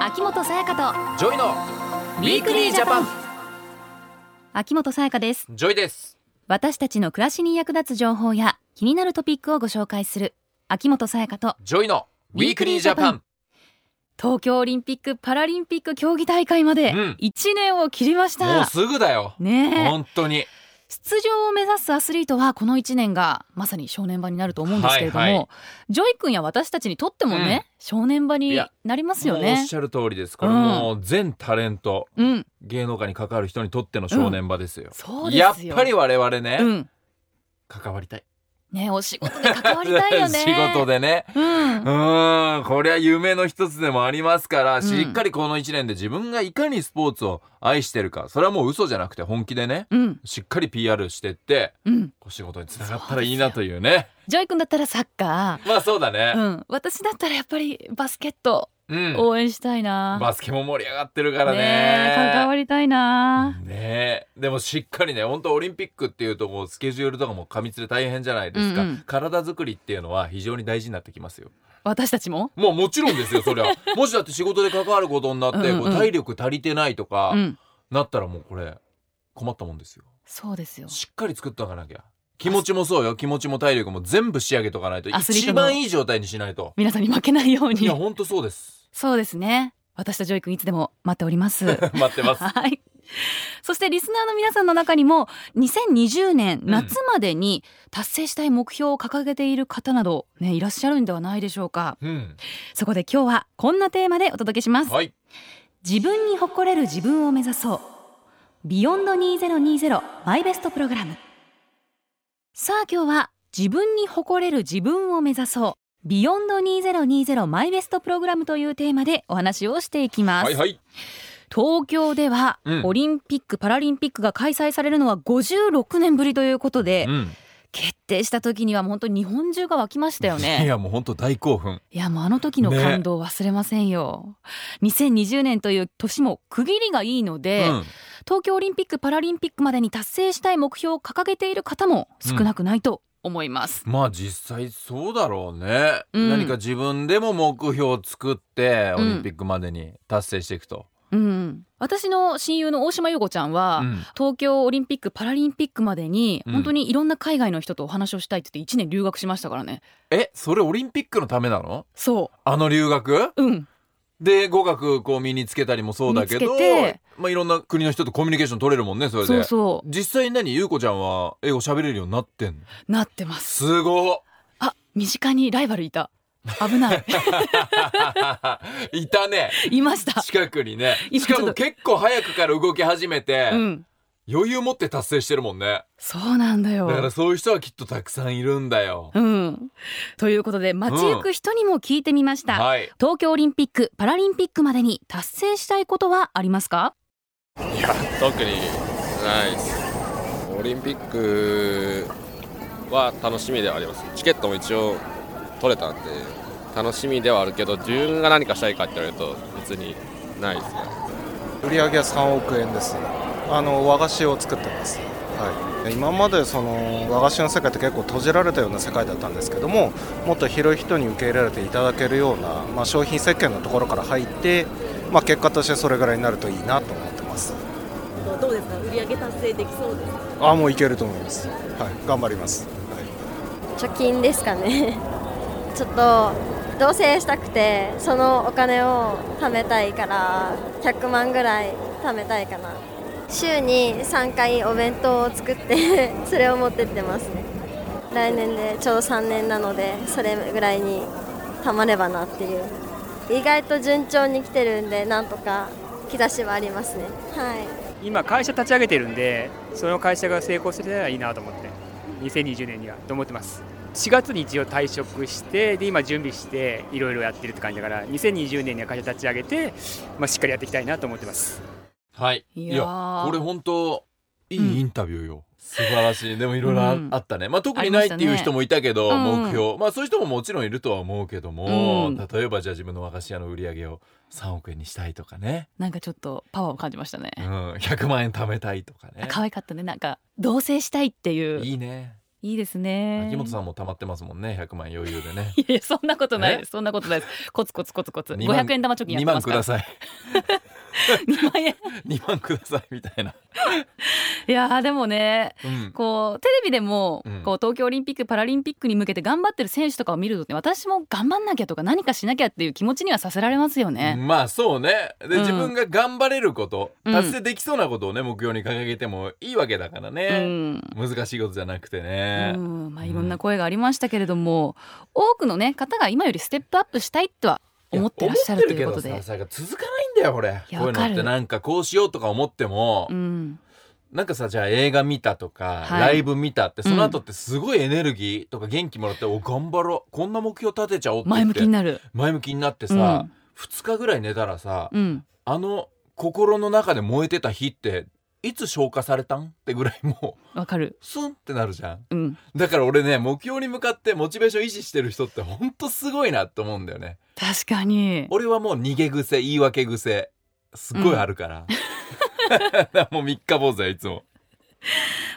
秋元さやかとジョイのウィークリージャパン秋元さやかですジョイです私たちの暮らしに役立つ情報や気になるトピックをご紹介する秋元さやかとジョイのウィークリージャパン東京オリンピック・パラリンピック競技大会までうん1年を切りましもうた、すぐだよ、ねえ本当に出場を目指すアスリートはこの1年がまさに正念場になると思うんですけれども、はいはいジョイ君や私たちにとってもね、正念場いにやなりますよもうおっねしゃる通りですこれもう全タレント、うん芸能界に関わる人にとっての正念場ですよ、そうですやっよぱり我々ね、うん関わりたいねお仕事で関わりたいよね 仕事でねうんうーんこれは夢の一つでもありますから、んしっかりこの1年で自分がいかにスポーツを愛してるかそれはもう嘘じゃなくて本気でねうんしっかり PR してってうんこう仕事につながったらいいなというねジョイ君だったらサッカまあそうだー、うねん、私だったらやっぱりバスケットうん、応援したいな、バスケも盛り上がってるからねねえ関わりたいな、ねえでもしっかりね本当オリンピックっていうとこうスケジュールとかも過密で大変じゃないですか、うんうん体作りっていうのは非常に大事になってきますよ私たちももうもちろんですよ そりゃもしだって仕事で関わることになってうんうんこう体力足りてないとか、うんなったらもうこれ困ったもんですよそうですよしっかり作っとかなきゃ気持ちもそうよ気持ちも体力も全部仕上げとかないとアスリート一の番いい状態にしないと皆さんに負けないよういにや本当そうです そうですね私とジョイ君いつでも待っております待ってますはいそしてリスナーの皆さんの中にも2020年ん夏までに達成したい目標を掲げている方など、ね、いらっしゃるんではないでしょうかうんそこで今日はこんなテーマでお届けしますはい自分に誇れる自分を目指そうビヨンド2020マイベストプログラムさあ今日は自分に誇れる自分を目指そうビヨンド2020マイベストプログラムというテーマでお話をしていきます、はいはい東京では、うんオリンピック・パラリンピックが開催されるのは56年ぶりということで、うん決定した時にはもう本当に日本中が沸きましたよね いやもう本当大興奮いやもうあの時の感動を忘れませんよ、2020年という年も区切りがいいので、うん東京オリンピック・パラリンピックまでに達成したい目標を掲げている方も少なくないと思います、まあ実際そうだろうね、うん何か自分でも目標を作ってオうんリンピックまでに達成していくと、うん私の親友の大島優子ちゃんは、うん東京オリンピック・パラリンピックまでにうん本当にいろんな海外の人とお話をしたいって言って1年留学しましたからねえそれオリンピックのためなのそあの留学ううんで語学こう身につけたりもそうだけど身につけてまあ、いろんな国の人とコミュニケーション取れるもんねそれでそうそう実際に何優子ちゃんは英語喋れるようになってんのなってますすご っあ身近にライバルいた危 ないいたねいました近くにね今しちょっかとも結構早くから動き始めて、うん余裕持って達成してるもんねそうなんだよだからそういう人はきっとたくさんいるんだよ。うん、ということで街行く人にも聞いてみました、はい。東京オリンピック・パラリンピックまでに達成したいことはありますか特にないですオリンピックは楽しみではありますチケットも一応取れたんで楽しみではあるけど自分が何かしたいかって言われると別にないですね売り上げは3億円ですあの和菓子を作ってます、はい、今までその和菓子の世界って結構閉じられたような世界だったんですけどももっと広い人に受け入れられていただけるような、まあ、商品設計のところから入って、まあ、結果としてそれぐらいになるといいなと思ってますどうですか売り上げ達成できそうですかあもういけると思います、はい、頑張ります、はい貯金ですかね ちょっと同棲したくてそのお金を貯めたいから100万ぐらい貯めたいかな週に3回お弁当を作って それを持ってってますね来年でちょうど3年なのでそれぐらいに貯まればなっていう意外と順調に来てるんでなんとか兆しはありますねはい今会社立ち上げてるんでその会社が成功してたらいいなと思って2020年にはと思ってます4月に一応退職してで今準備していろいろやってるって感じだから2020年には会社立ち上げて、まあ、しっかりやっていきたいなと思ってますはい。いいやーや、これ本当いうんいインタビューよ。素晴らしい。でもいろいろあうんあったね。まあ特ありにましないたっねていう人もいたけど、うんうん目標。まあそういう人ももちろんいるとは思うけども、うん例えばじゃあ自分の和菓子屋の売り上げを3億円にしたいとかね。なんかちょっとパワーを感じましたねうん。100万円貯めたいとかね。可愛かったねなんか同棲したいっていういいね。いいですね秋元さんも溜まってますもんね100万余裕で ねいやそんなことないですそんなことないですコツコツコツコツ二万500円玉貯金やって2ま万すかくらださい 2万円2万くださいみたいな、いやーでもね うん、こうテレビでも、うんこう東京オリンピック・パラリンピックに向けて頑張ってる選手とかを見るとね私も頑張んなきゃとか何かしなきゃっていう気持ちにはさせられますよね。まあそうねで、うん自分が頑張れることうん達成できそうなことをね目標に掲げてもいいわけだからうね、ん難しいことじゃなくてうね、んまあ、いろんな声がありましたけれども、多くの、ね、方が今よりステップアップしたいとはいや思ってらっしゃるということ思でってるけど。さなんか続かないんだよこれいやこういうのわっかてるなんかこうしようとか思っても、うん、なんかさじゃあ映画見たとか、はいライブ見たってその後ってすごいエネルギーとか元気もらって、お頑張ろうこんな目標立てちゃおうって言前って向きになる、前向きになってさ、うん2日ぐらい寝たらさ、うん、あの心の中で燃えてた火っていつ消化されたんってぐらいもうわかる、スンってなるじゃんうん、だから俺ね目標に向かってモチベーション維持してる人ってほんとすごいなって思うんだよね確かに俺はもう逃げ癖言い訳癖すっごいあるから、だから もう三日坊主だよいつも、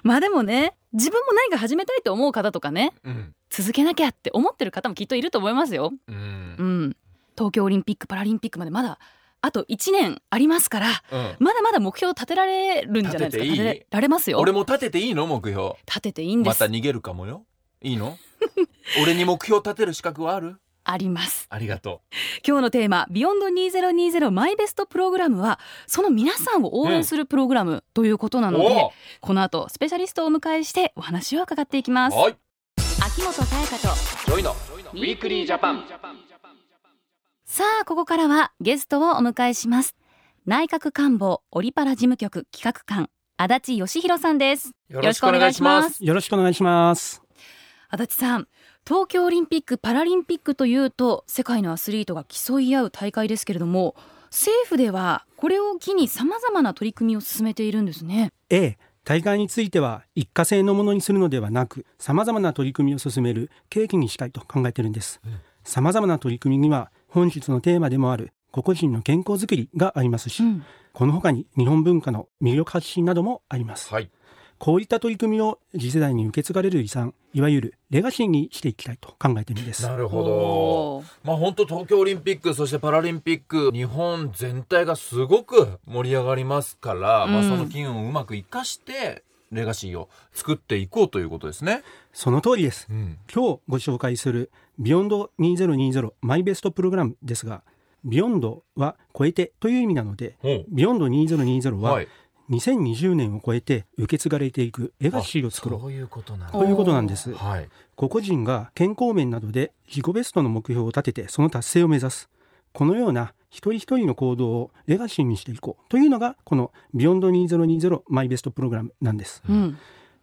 まあでもね自分も何か始めたいと思う方とかねうん続けなきゃって思ってる方もきっといると思いますよ。ううんん、東京オリンピック・パラリンピックまでまだあと1年ありますからうん、まだまだ目標を立てられるんじゃないですか立てていい立てられますよ俺も立てていいの目標立てていいんで、ますた逃げるかもよいいの俺に目標立てる資格はあるありますありがと今日のテーマ「ビヨンド2 0 2 0マイベストプログラムはその皆さんを応援するプログラムということなうので、おおこの後スペシャリストをお迎えしてお話を伺っていきますはい秋元彩香とジョイのウィークリージャパンさあここからはゲストをお迎えします内閣官房オリパラ事務局企画官足立義弘さんですよろしくお願いしますよろしくお願いします。足立さん東京オリンピック・パラリンピックというと世界のアスリートが競い合う大会ですけれども政府ではこれを機にさまざまな取り組みを進めているんですね。ええ、大会については一過性のものにするのではなく、様々な取り組みを進める契機にしたいと考えているんです。様々な取り組みには本日のテーマでもある個々人の健康づくりがありますし、ん、この他に日本文化の魅力発信などもあります。はいこういった取り組みを次世代に受け継がれる遺産、いわゆるレガシーにしていきたいと考えているんです。なるほどまあ本当東京オリンピックそしてパラリンピック日本全体がすごく盛り上がりますから、まあうんその金運をうまく生かしてレガシーを作っていこうということですね。その通りです。うん、今日ご紹介する「ビヨンド2020マイベストプログラム」ですが「ビヨンドは「超えて」という意味なのでほう「ビヨンド2020は。はい2020年を超えて受け継がれていくレガシーを作ろうそういうことなんだということなんですはい。個々人が健康面などで自己ベストの目標を立ててその達成を目指すこのような一人一人の行動をレガシーにしていこうというのがこの「ビヨンド2020マイベストプログラム」なんですうん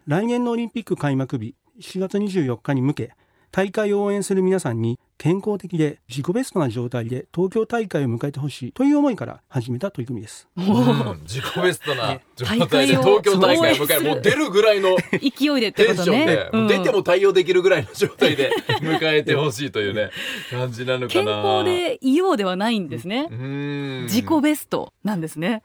来年のオリンピック開幕日7月24日に向け大会を応援する皆さんに健康的で自己ベストな状態で東京大会を迎えてほしいという思いから始めた取り組みですうん、自己ベストな状大態会でを東京大会迎応援えするもう出るぐらいの勢いでってテこンシとョねンで、。もう出ても対応できるぐらいの状態 で迎えてほしいというね感じなのか健な。康。でいようではないんですねう。ん。自己ベストなんですね。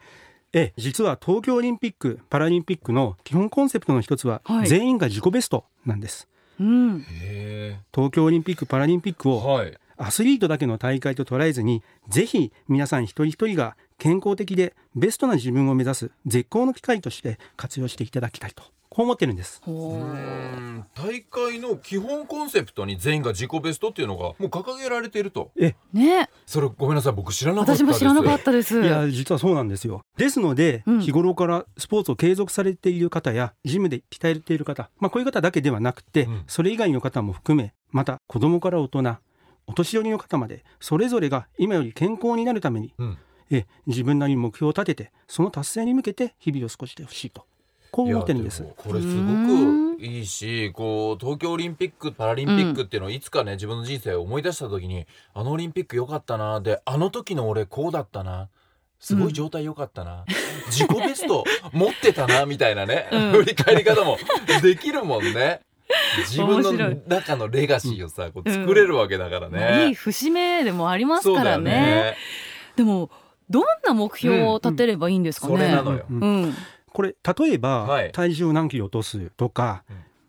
ええ実は東京オリンピック・パラリンピックの基本コンセプトの一つははい全員が自己ベストなんです、うん、へ東京オリンピック・パラリンピックーをはい。アスリートだけの大会と捉えずにぜひ皆さん一人一人が健康的でベストな自分を目指す絶好の機会として活用していただきたいとこう思ってるんですほううん大会の基本コンセプトに全員が自己ベストっていうのがもう掲げられているとね、それごめんなさい僕知らなかったです私も知らなかったです。いや実はそうなんですよですので、うん日頃からスポーツを継続されている方やジムで鍛えている方、まあ、こういう方だけではなくて、うんそれ以外の方も含めまた子供から大人お年寄りの方までそれぞれが今より健康になるために、うんえ自分なりに目標を立ててその達成に向けて日々を過ごしてほしいとこういや思ってるんですもこれすごくいいしこう東京オリンピックパラリンピックっていうのをいつかね自分の人生を思い出した時にあのオリンピック良かったなであの時の俺こうだったなすごい状態良かったな、自己ベスト持ってたなみたいなね、うん振り返り方もできるもんね自分面白のい中のレガシーをさこう作れるわけだからね、いい節目でもありますそうかだらよね。でもどんな目標を立てればいいんですかね。うんうんそれなのうよんうん、これ例えば、はい体重を何キロ落とすとか、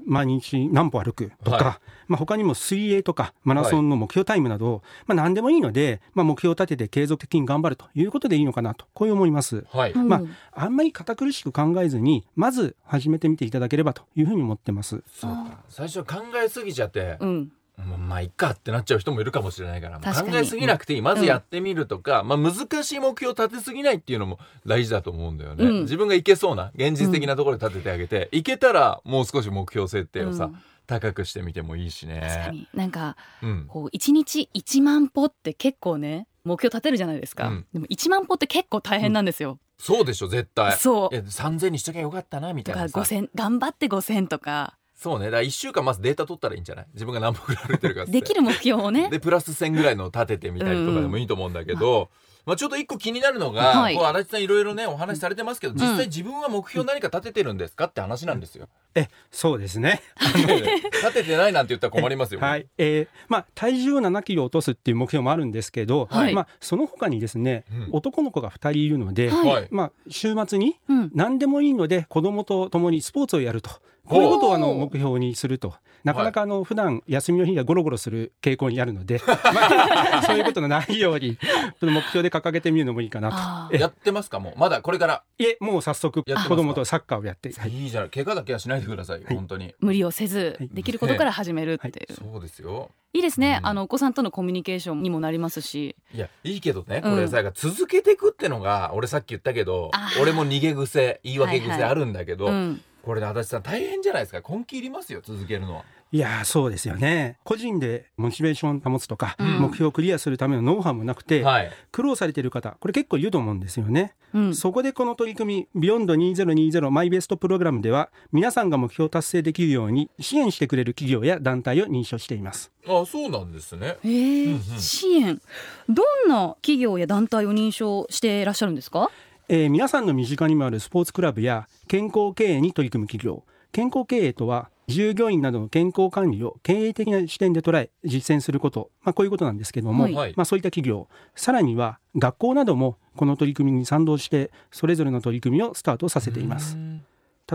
毎日何歩歩くとか、はまあ、他にも水泳とかマラソンの目標タイムなど、まあ、何でもいいので、まあ、目標を立てて継続的に頑張るということでいいのかなとこう思います。はい、うんまあんまり堅苦しく考えずにまず始めてみていただければというふうに思ってます。そうか最初は考えすぎちゃって、うんもうまあいっかってなっちゃう人もいるかもしれないからもう確かに考えすぎなくていいまずやってみるとか、まあ、難しい目標を立てすぎないっていうのも大事だと思うんだよね、うん自分がいけそうな現実的なところで立ててあげて、いけたらもう少し目標設定をさ、うん高くしてみてもいいしね確かになんかうん、こう一日1万歩って結構ね目標立てるじゃないですか、うんでも1万歩って結構大変なんですよ、そうでしょ絶対そういや3000にしときゃよかったなみただいからなさ5000頑張って5000とかそうねだから1週間まずデータ取ったらいいんじゃない自分が何歩ぐらい歩いてるかっつってできる目標をねでプラス1000ぐらいのを立ててみたりとかでもいいと思うんだけど、まあ、ちょっと一個気になるのが、はいこう足立さんいろいろねお話しされてますけど、実うん際自分は目標何か立ててるんですかって話な んですよ。えそうですね立ててないなんて言ったら困りますよ。はい、えーまあ、体重を7キロ落とすっていう目標もあるんですけど、はいまあ、その他にですね、うん男の子が2人いるので、はいはい、まあ、週末にうん何でもいいので子供と共にスポーツをやると。こういうことをあの目標にするとなかなかあの普段休みの日がゴロゴロする傾向にあ るので、まあ、そういうことのないようにその目標で掲げてみるのもいいかなあえやってますかもうまだこれからといえもう早速子やってますか供とサッカーをやって、はい、いいじゃない怪我だけはしないでくださいよ、はい本当に。無理をせずはいできることから始めるっていう、そうですよいいですね、うんあのお子さんとのコミュニケーションにもなりますしいやいいけどねうんこれさ、続けていくってのが俺さっき言ったけどあー俺も逃げ癖言い訳癖はいはいあるんだけど、うんこれね足立さん大変じゃないですか根気いりますよ続けるのは。いやーそうですよね個人でモチベーションを保つとか、うん目標をクリアするためのノウハウもなくて、はい、苦労されてる方これ結構いると思うんですよね、うんそこでこの取り組み「Beyond2020 マイベストプログラム」では皆さんが目標を達成できるように支援してくれる企業や団体を認証していますあそうなんですね。えー支援どんな企業や団体を認証していらっしゃるんですかえー皆さんの身近にもあるスポーツクラブや健康経営に取り組む企業健康経営とは従業員などの健康管理を経営的な視点で捉え実践すること、まあ、こういうことなんですけども、はいまあ、そういった企業さらには学校などもこの取り組みに賛同してそれぞれの取り組みをスタートさせていますう。ん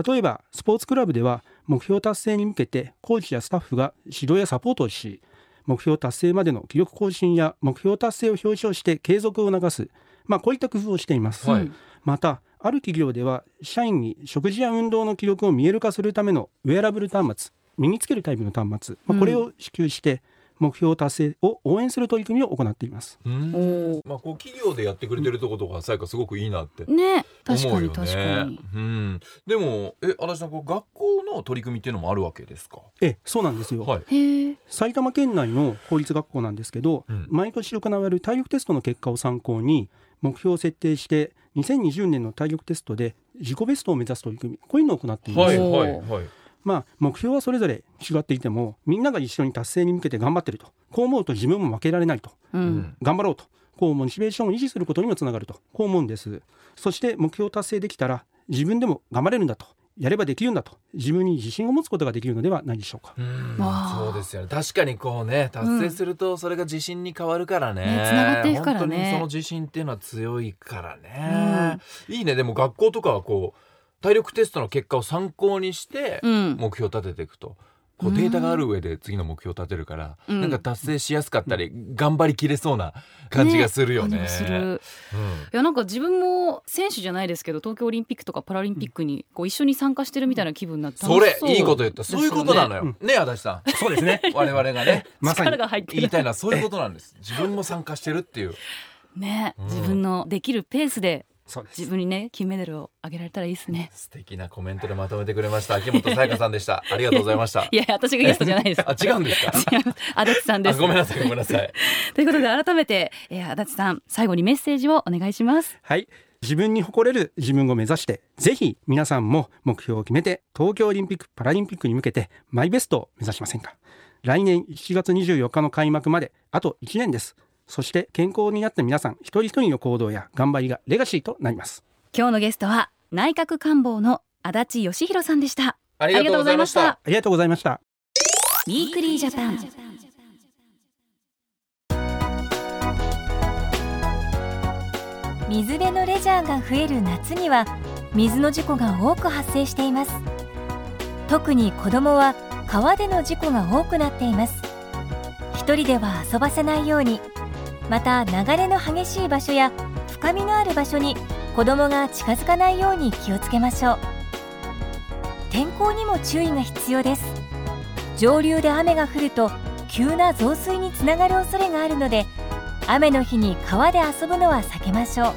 例えばスポーツクラブでは目標達成に向けてコーチやスタッフが指導やサポートをし目標達成までの記録更新や目標達成を表彰して継続を促す、まあ、こういった工夫をしています、はいまたある企業では社員に食事や運動の記録を見える化するためのウェアラブル端末身につけるタイプの端末、まあ、これを支給して目標達成を応援する取り組みを行っています、うんおおまあ、こう企業でやってくれてるとことがさやかすごくいいなって思うね確よかね。に確かに、うん、でもえ足立さんこう学校の取り組みっていうのもあるわけですか。ええそうなんですよ、はい。へえ埼玉県内の公立学校なんですけど、うん毎年行われる体力テストの結果を参考に目標を設定して2020年の体力テストで自己ベストを目指す取り組みこういうのを行っています、はいおーはいはい。まあ目標はそれぞれ違っていてもみんなが一緒に達成に向けて頑張ってるとこう思うと自分も負けられないとう、うん頑張ろうとこうモチベーションを維持することにもつながるとこう思うんですそして目標を達成できたら自分でも頑張れるんだとやればできるんだと自分に自信を持つことができるのではないでしょうかうんわあそうですよね確かにこうね達成するとそれが自信に変わるからね,、ね繋がっていくからね本当にその自信っていうのは強いからね、いいねでも学校とかはこう体力テストの結果を参考にしてうん目標を立てていくと。こうデータがある上で次の目標を立てるから、うんなんか達成しやすかったり、頑張りきれそうな感じがするよ感ね。じがするうんいやなんか自分も選手じゃないですけど東京オリンピックとかパラリンピックにこう一緒に参加してるみたいな気分になってそれいいこでと言ったそういうことなのよ、ね足立さんそうですね 我々がねまさに力が入って言いるたいのはそういうことなん です自分も参加してるっていうね、うん自分のできるペースでそうです自分にね金メダルをあげられたらいいですね素敵なコメントでまとめてくれました秋元才加さんでしたありがとうございましたいやいや私がゲストじゃないですあ違うんですか違う 足立さんであすごめんなさいごめんなさいということで改めて、えー、足立さん最後にメッセージをお願いしますはい。自分に誇れる自分を目指して、ぜひ皆さんも目標を決めて、東京オリンピック・パラリンピックに向けて、マイベストを目指しませんか。来年7月24日の開幕まで、あと1年です。そして、健康になった皆さん、一人一人の行動や頑張りがレガシーとなります。今日のゲストは内閣官房の足立義弘さんでしたあありがとうございましたありがとうございました。ウィークリージャパン水辺のレジャーが増える夏には水の事故が多く発生しています特に子どもは川での事故が多くなっています一人では遊ばせないようにまた流れの激しい場所や深みのある場所に子どもが近づかないように気をつけましょう天候にも注意が必要です上流で雨が降ると急な増水につながる恐れがあるので雨の日に川で遊ぶのは避けましょう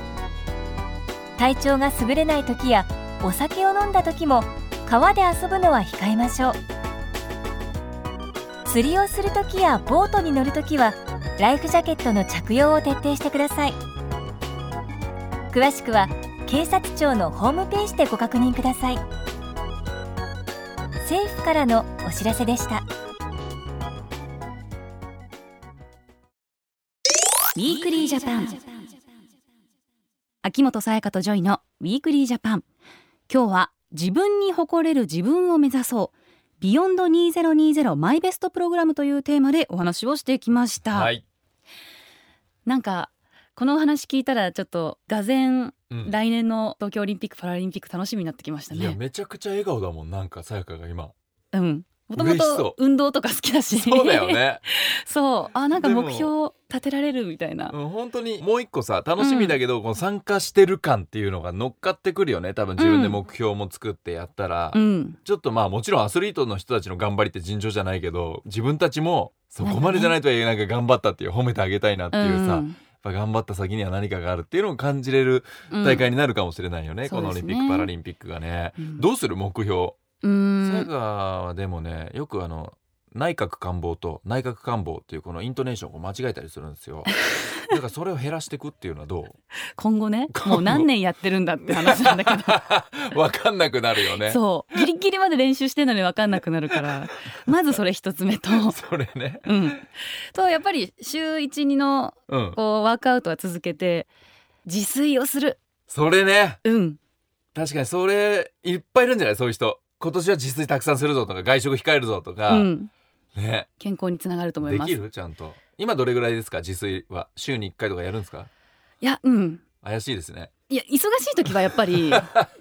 体調が優れない時やお酒を飲んだ時も川で遊ぶのは控えましょう釣りをする時やボートに乗る時はライフジャケットの着用を徹底してください詳しくは警察庁のホームページでご確認ください政府からのお知らせでしたウィークリージャパン秋元沙耶香とジョイのウィークリージャパン今日は自分に誇れる自分を目指そうビヨンド2020マイベストプログラムというテーマでお話をしてきました、はい。なんかこのお話聞いたらちょっとがぜんうん来年の東京オリンピック・パラリンピック楽しみになってきましたいやねめちゃくちゃ笑顔だもんなんかさやか が今。うんもとも嬉しとそ運動とか好きだしそうだよね。 そうあなんかでも目標立てられるみたいなうん本当にもう一個さ楽しみだけど、この参加してる感っていうのが乗っかってくるよね多分自分で目標も作ってやったら、うんちょっとまあもちろんアスリートの人たちの頑張りって尋常じゃないけど自分たちもそこまでじゃないとはいえなんか頑張ったっていう褒めてあげたいなっていううさ、やっんぱ頑張った先には何かがあるっていうのを感じれるうん大会になるかもしれないよね、うんこのオリンそうでピッすク・ねパラリンピックがね、うんどうする目標うサヤんカはでもねよくあの内閣官房と内閣官房っていうこのイントネーションを間違えたりするんで すよだからそれを減らしていくっていうの はど今後ねもう何年やってるんだって話なんだけうわかんなくなるよど ねそうギリギリまで練習してるのに分かんなくなるからまずそれ一つ目と。それねうん、とやっぱり週12のうんこうワークアウトは続けて自炊をするそれねうん確かにそれいっぱいいるんじゃないそういう人今年は自炊たくさんするぞとか外食控えるぞとか、うんね健康につながると思いでますきるちゃんと今どれぐらいですか自炊は週に1回とかやるんですかいやうん怪しいですねいや忙しい時はやっぱ り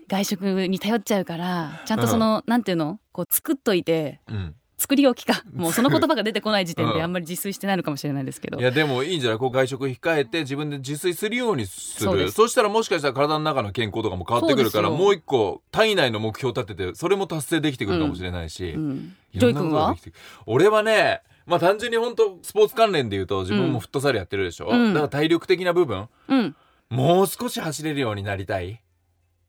外食に頼っちゃうからちゃんとその、なんていうのこう作っといてうん作り置きかもうその言葉が出てこない時点うでんあんまり自炊してないのかもしれないですけどいやでもいいんじゃないこう外食控えて自分で自炊するようにすそうでるすそしたらもしかしたら体の中の健康とかも変わってくるからそうですよもう一個体内の目標立ててそれも達成できてくるかもしれないし、うん、いジョろイんなこ君とがはできてくる俺はねまあ単純に本当スポーツ関連で言うと自分もフットサルやってるでしょ、うんだから体力的な部分うんもう少し走れるようになりた い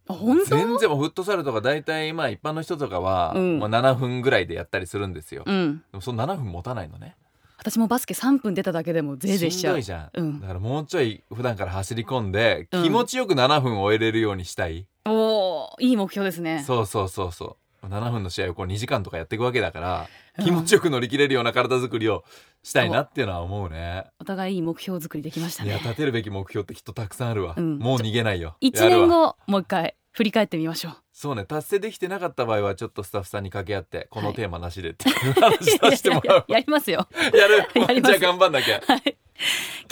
あ本当全然もうフットサルとか大体まあ一般の人とかは、うんまあ7分ぐらいでやったりするんですよ、うんでもその7分持たないのね私もバスケ3分出ただけでもゼーゼーししちんゃどういじゃん、うんだからもうちょい普段から走り込んで、うん気持ちよく7分終えれるようにしたい、おーいい目標ですねそうそうそうそう7分の試合をこう2時間とかやっていくわけだから、うん気持ちよく乗り切れるような体作りをしたいなっていうのは思うねお互いいい目標作りできましたいやね立てるべき目標ってきっとたくさんあるわ、うんもう逃げないよ一やるわ年後もう一回振り返ってみましょうそうね達成できてなかった場合はちょっとスタッフさんに掛け合ってこはのいテーマなしでっていう 話させてもらうやりますよやるやりますじゃあ頑張んなきゃはい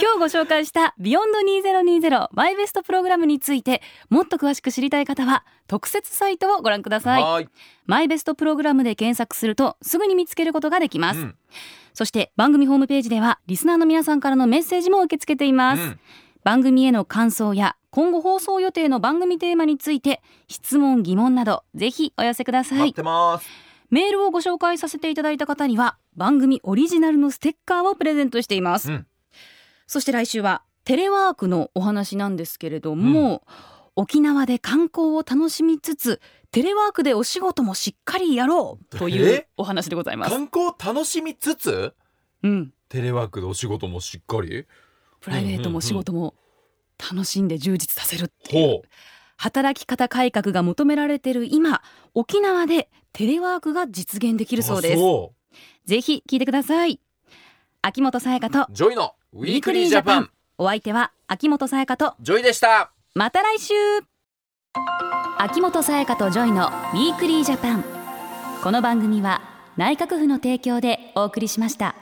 今日ご紹介した「ビヨンド2 0 2 0マイベストプログラム」についてもっと詳しく知りたい方は特設サイトをご覧くださいはーいマイベストプログラムで検索するとすぐに見つけることができます、うんそして番組ホームページではリスナーの皆さんからのメッセージも受け付けています、うん番組への感想や今後放送予定の番組テーマについて質問疑問などぜひお寄せくださ待っいてますメールをご紹介させていただいた方には番組オリジナルのステッカーをプレゼントしています、うんそして来週はテレワークのお話なんですけれども、沖縄で観光を楽しみつつテレワークでお仕事もしっかりやろうというえお話でございます、観光楽しみつつうん、テレワークでお仕事もしっかりプライベートも仕事も楽しんで充実させるっていうほう働き方改革が求められている今沖縄でテレワークが実現できるそうですあそぜひ聞いてください秋元沙耶香とうジョイのウィークリージャパンお相手は秋元沙耶香とジョイでしたまた来週秋元沙耶香とジョイのウィークリージャパンこの番組は内閣府の提供でお送りしました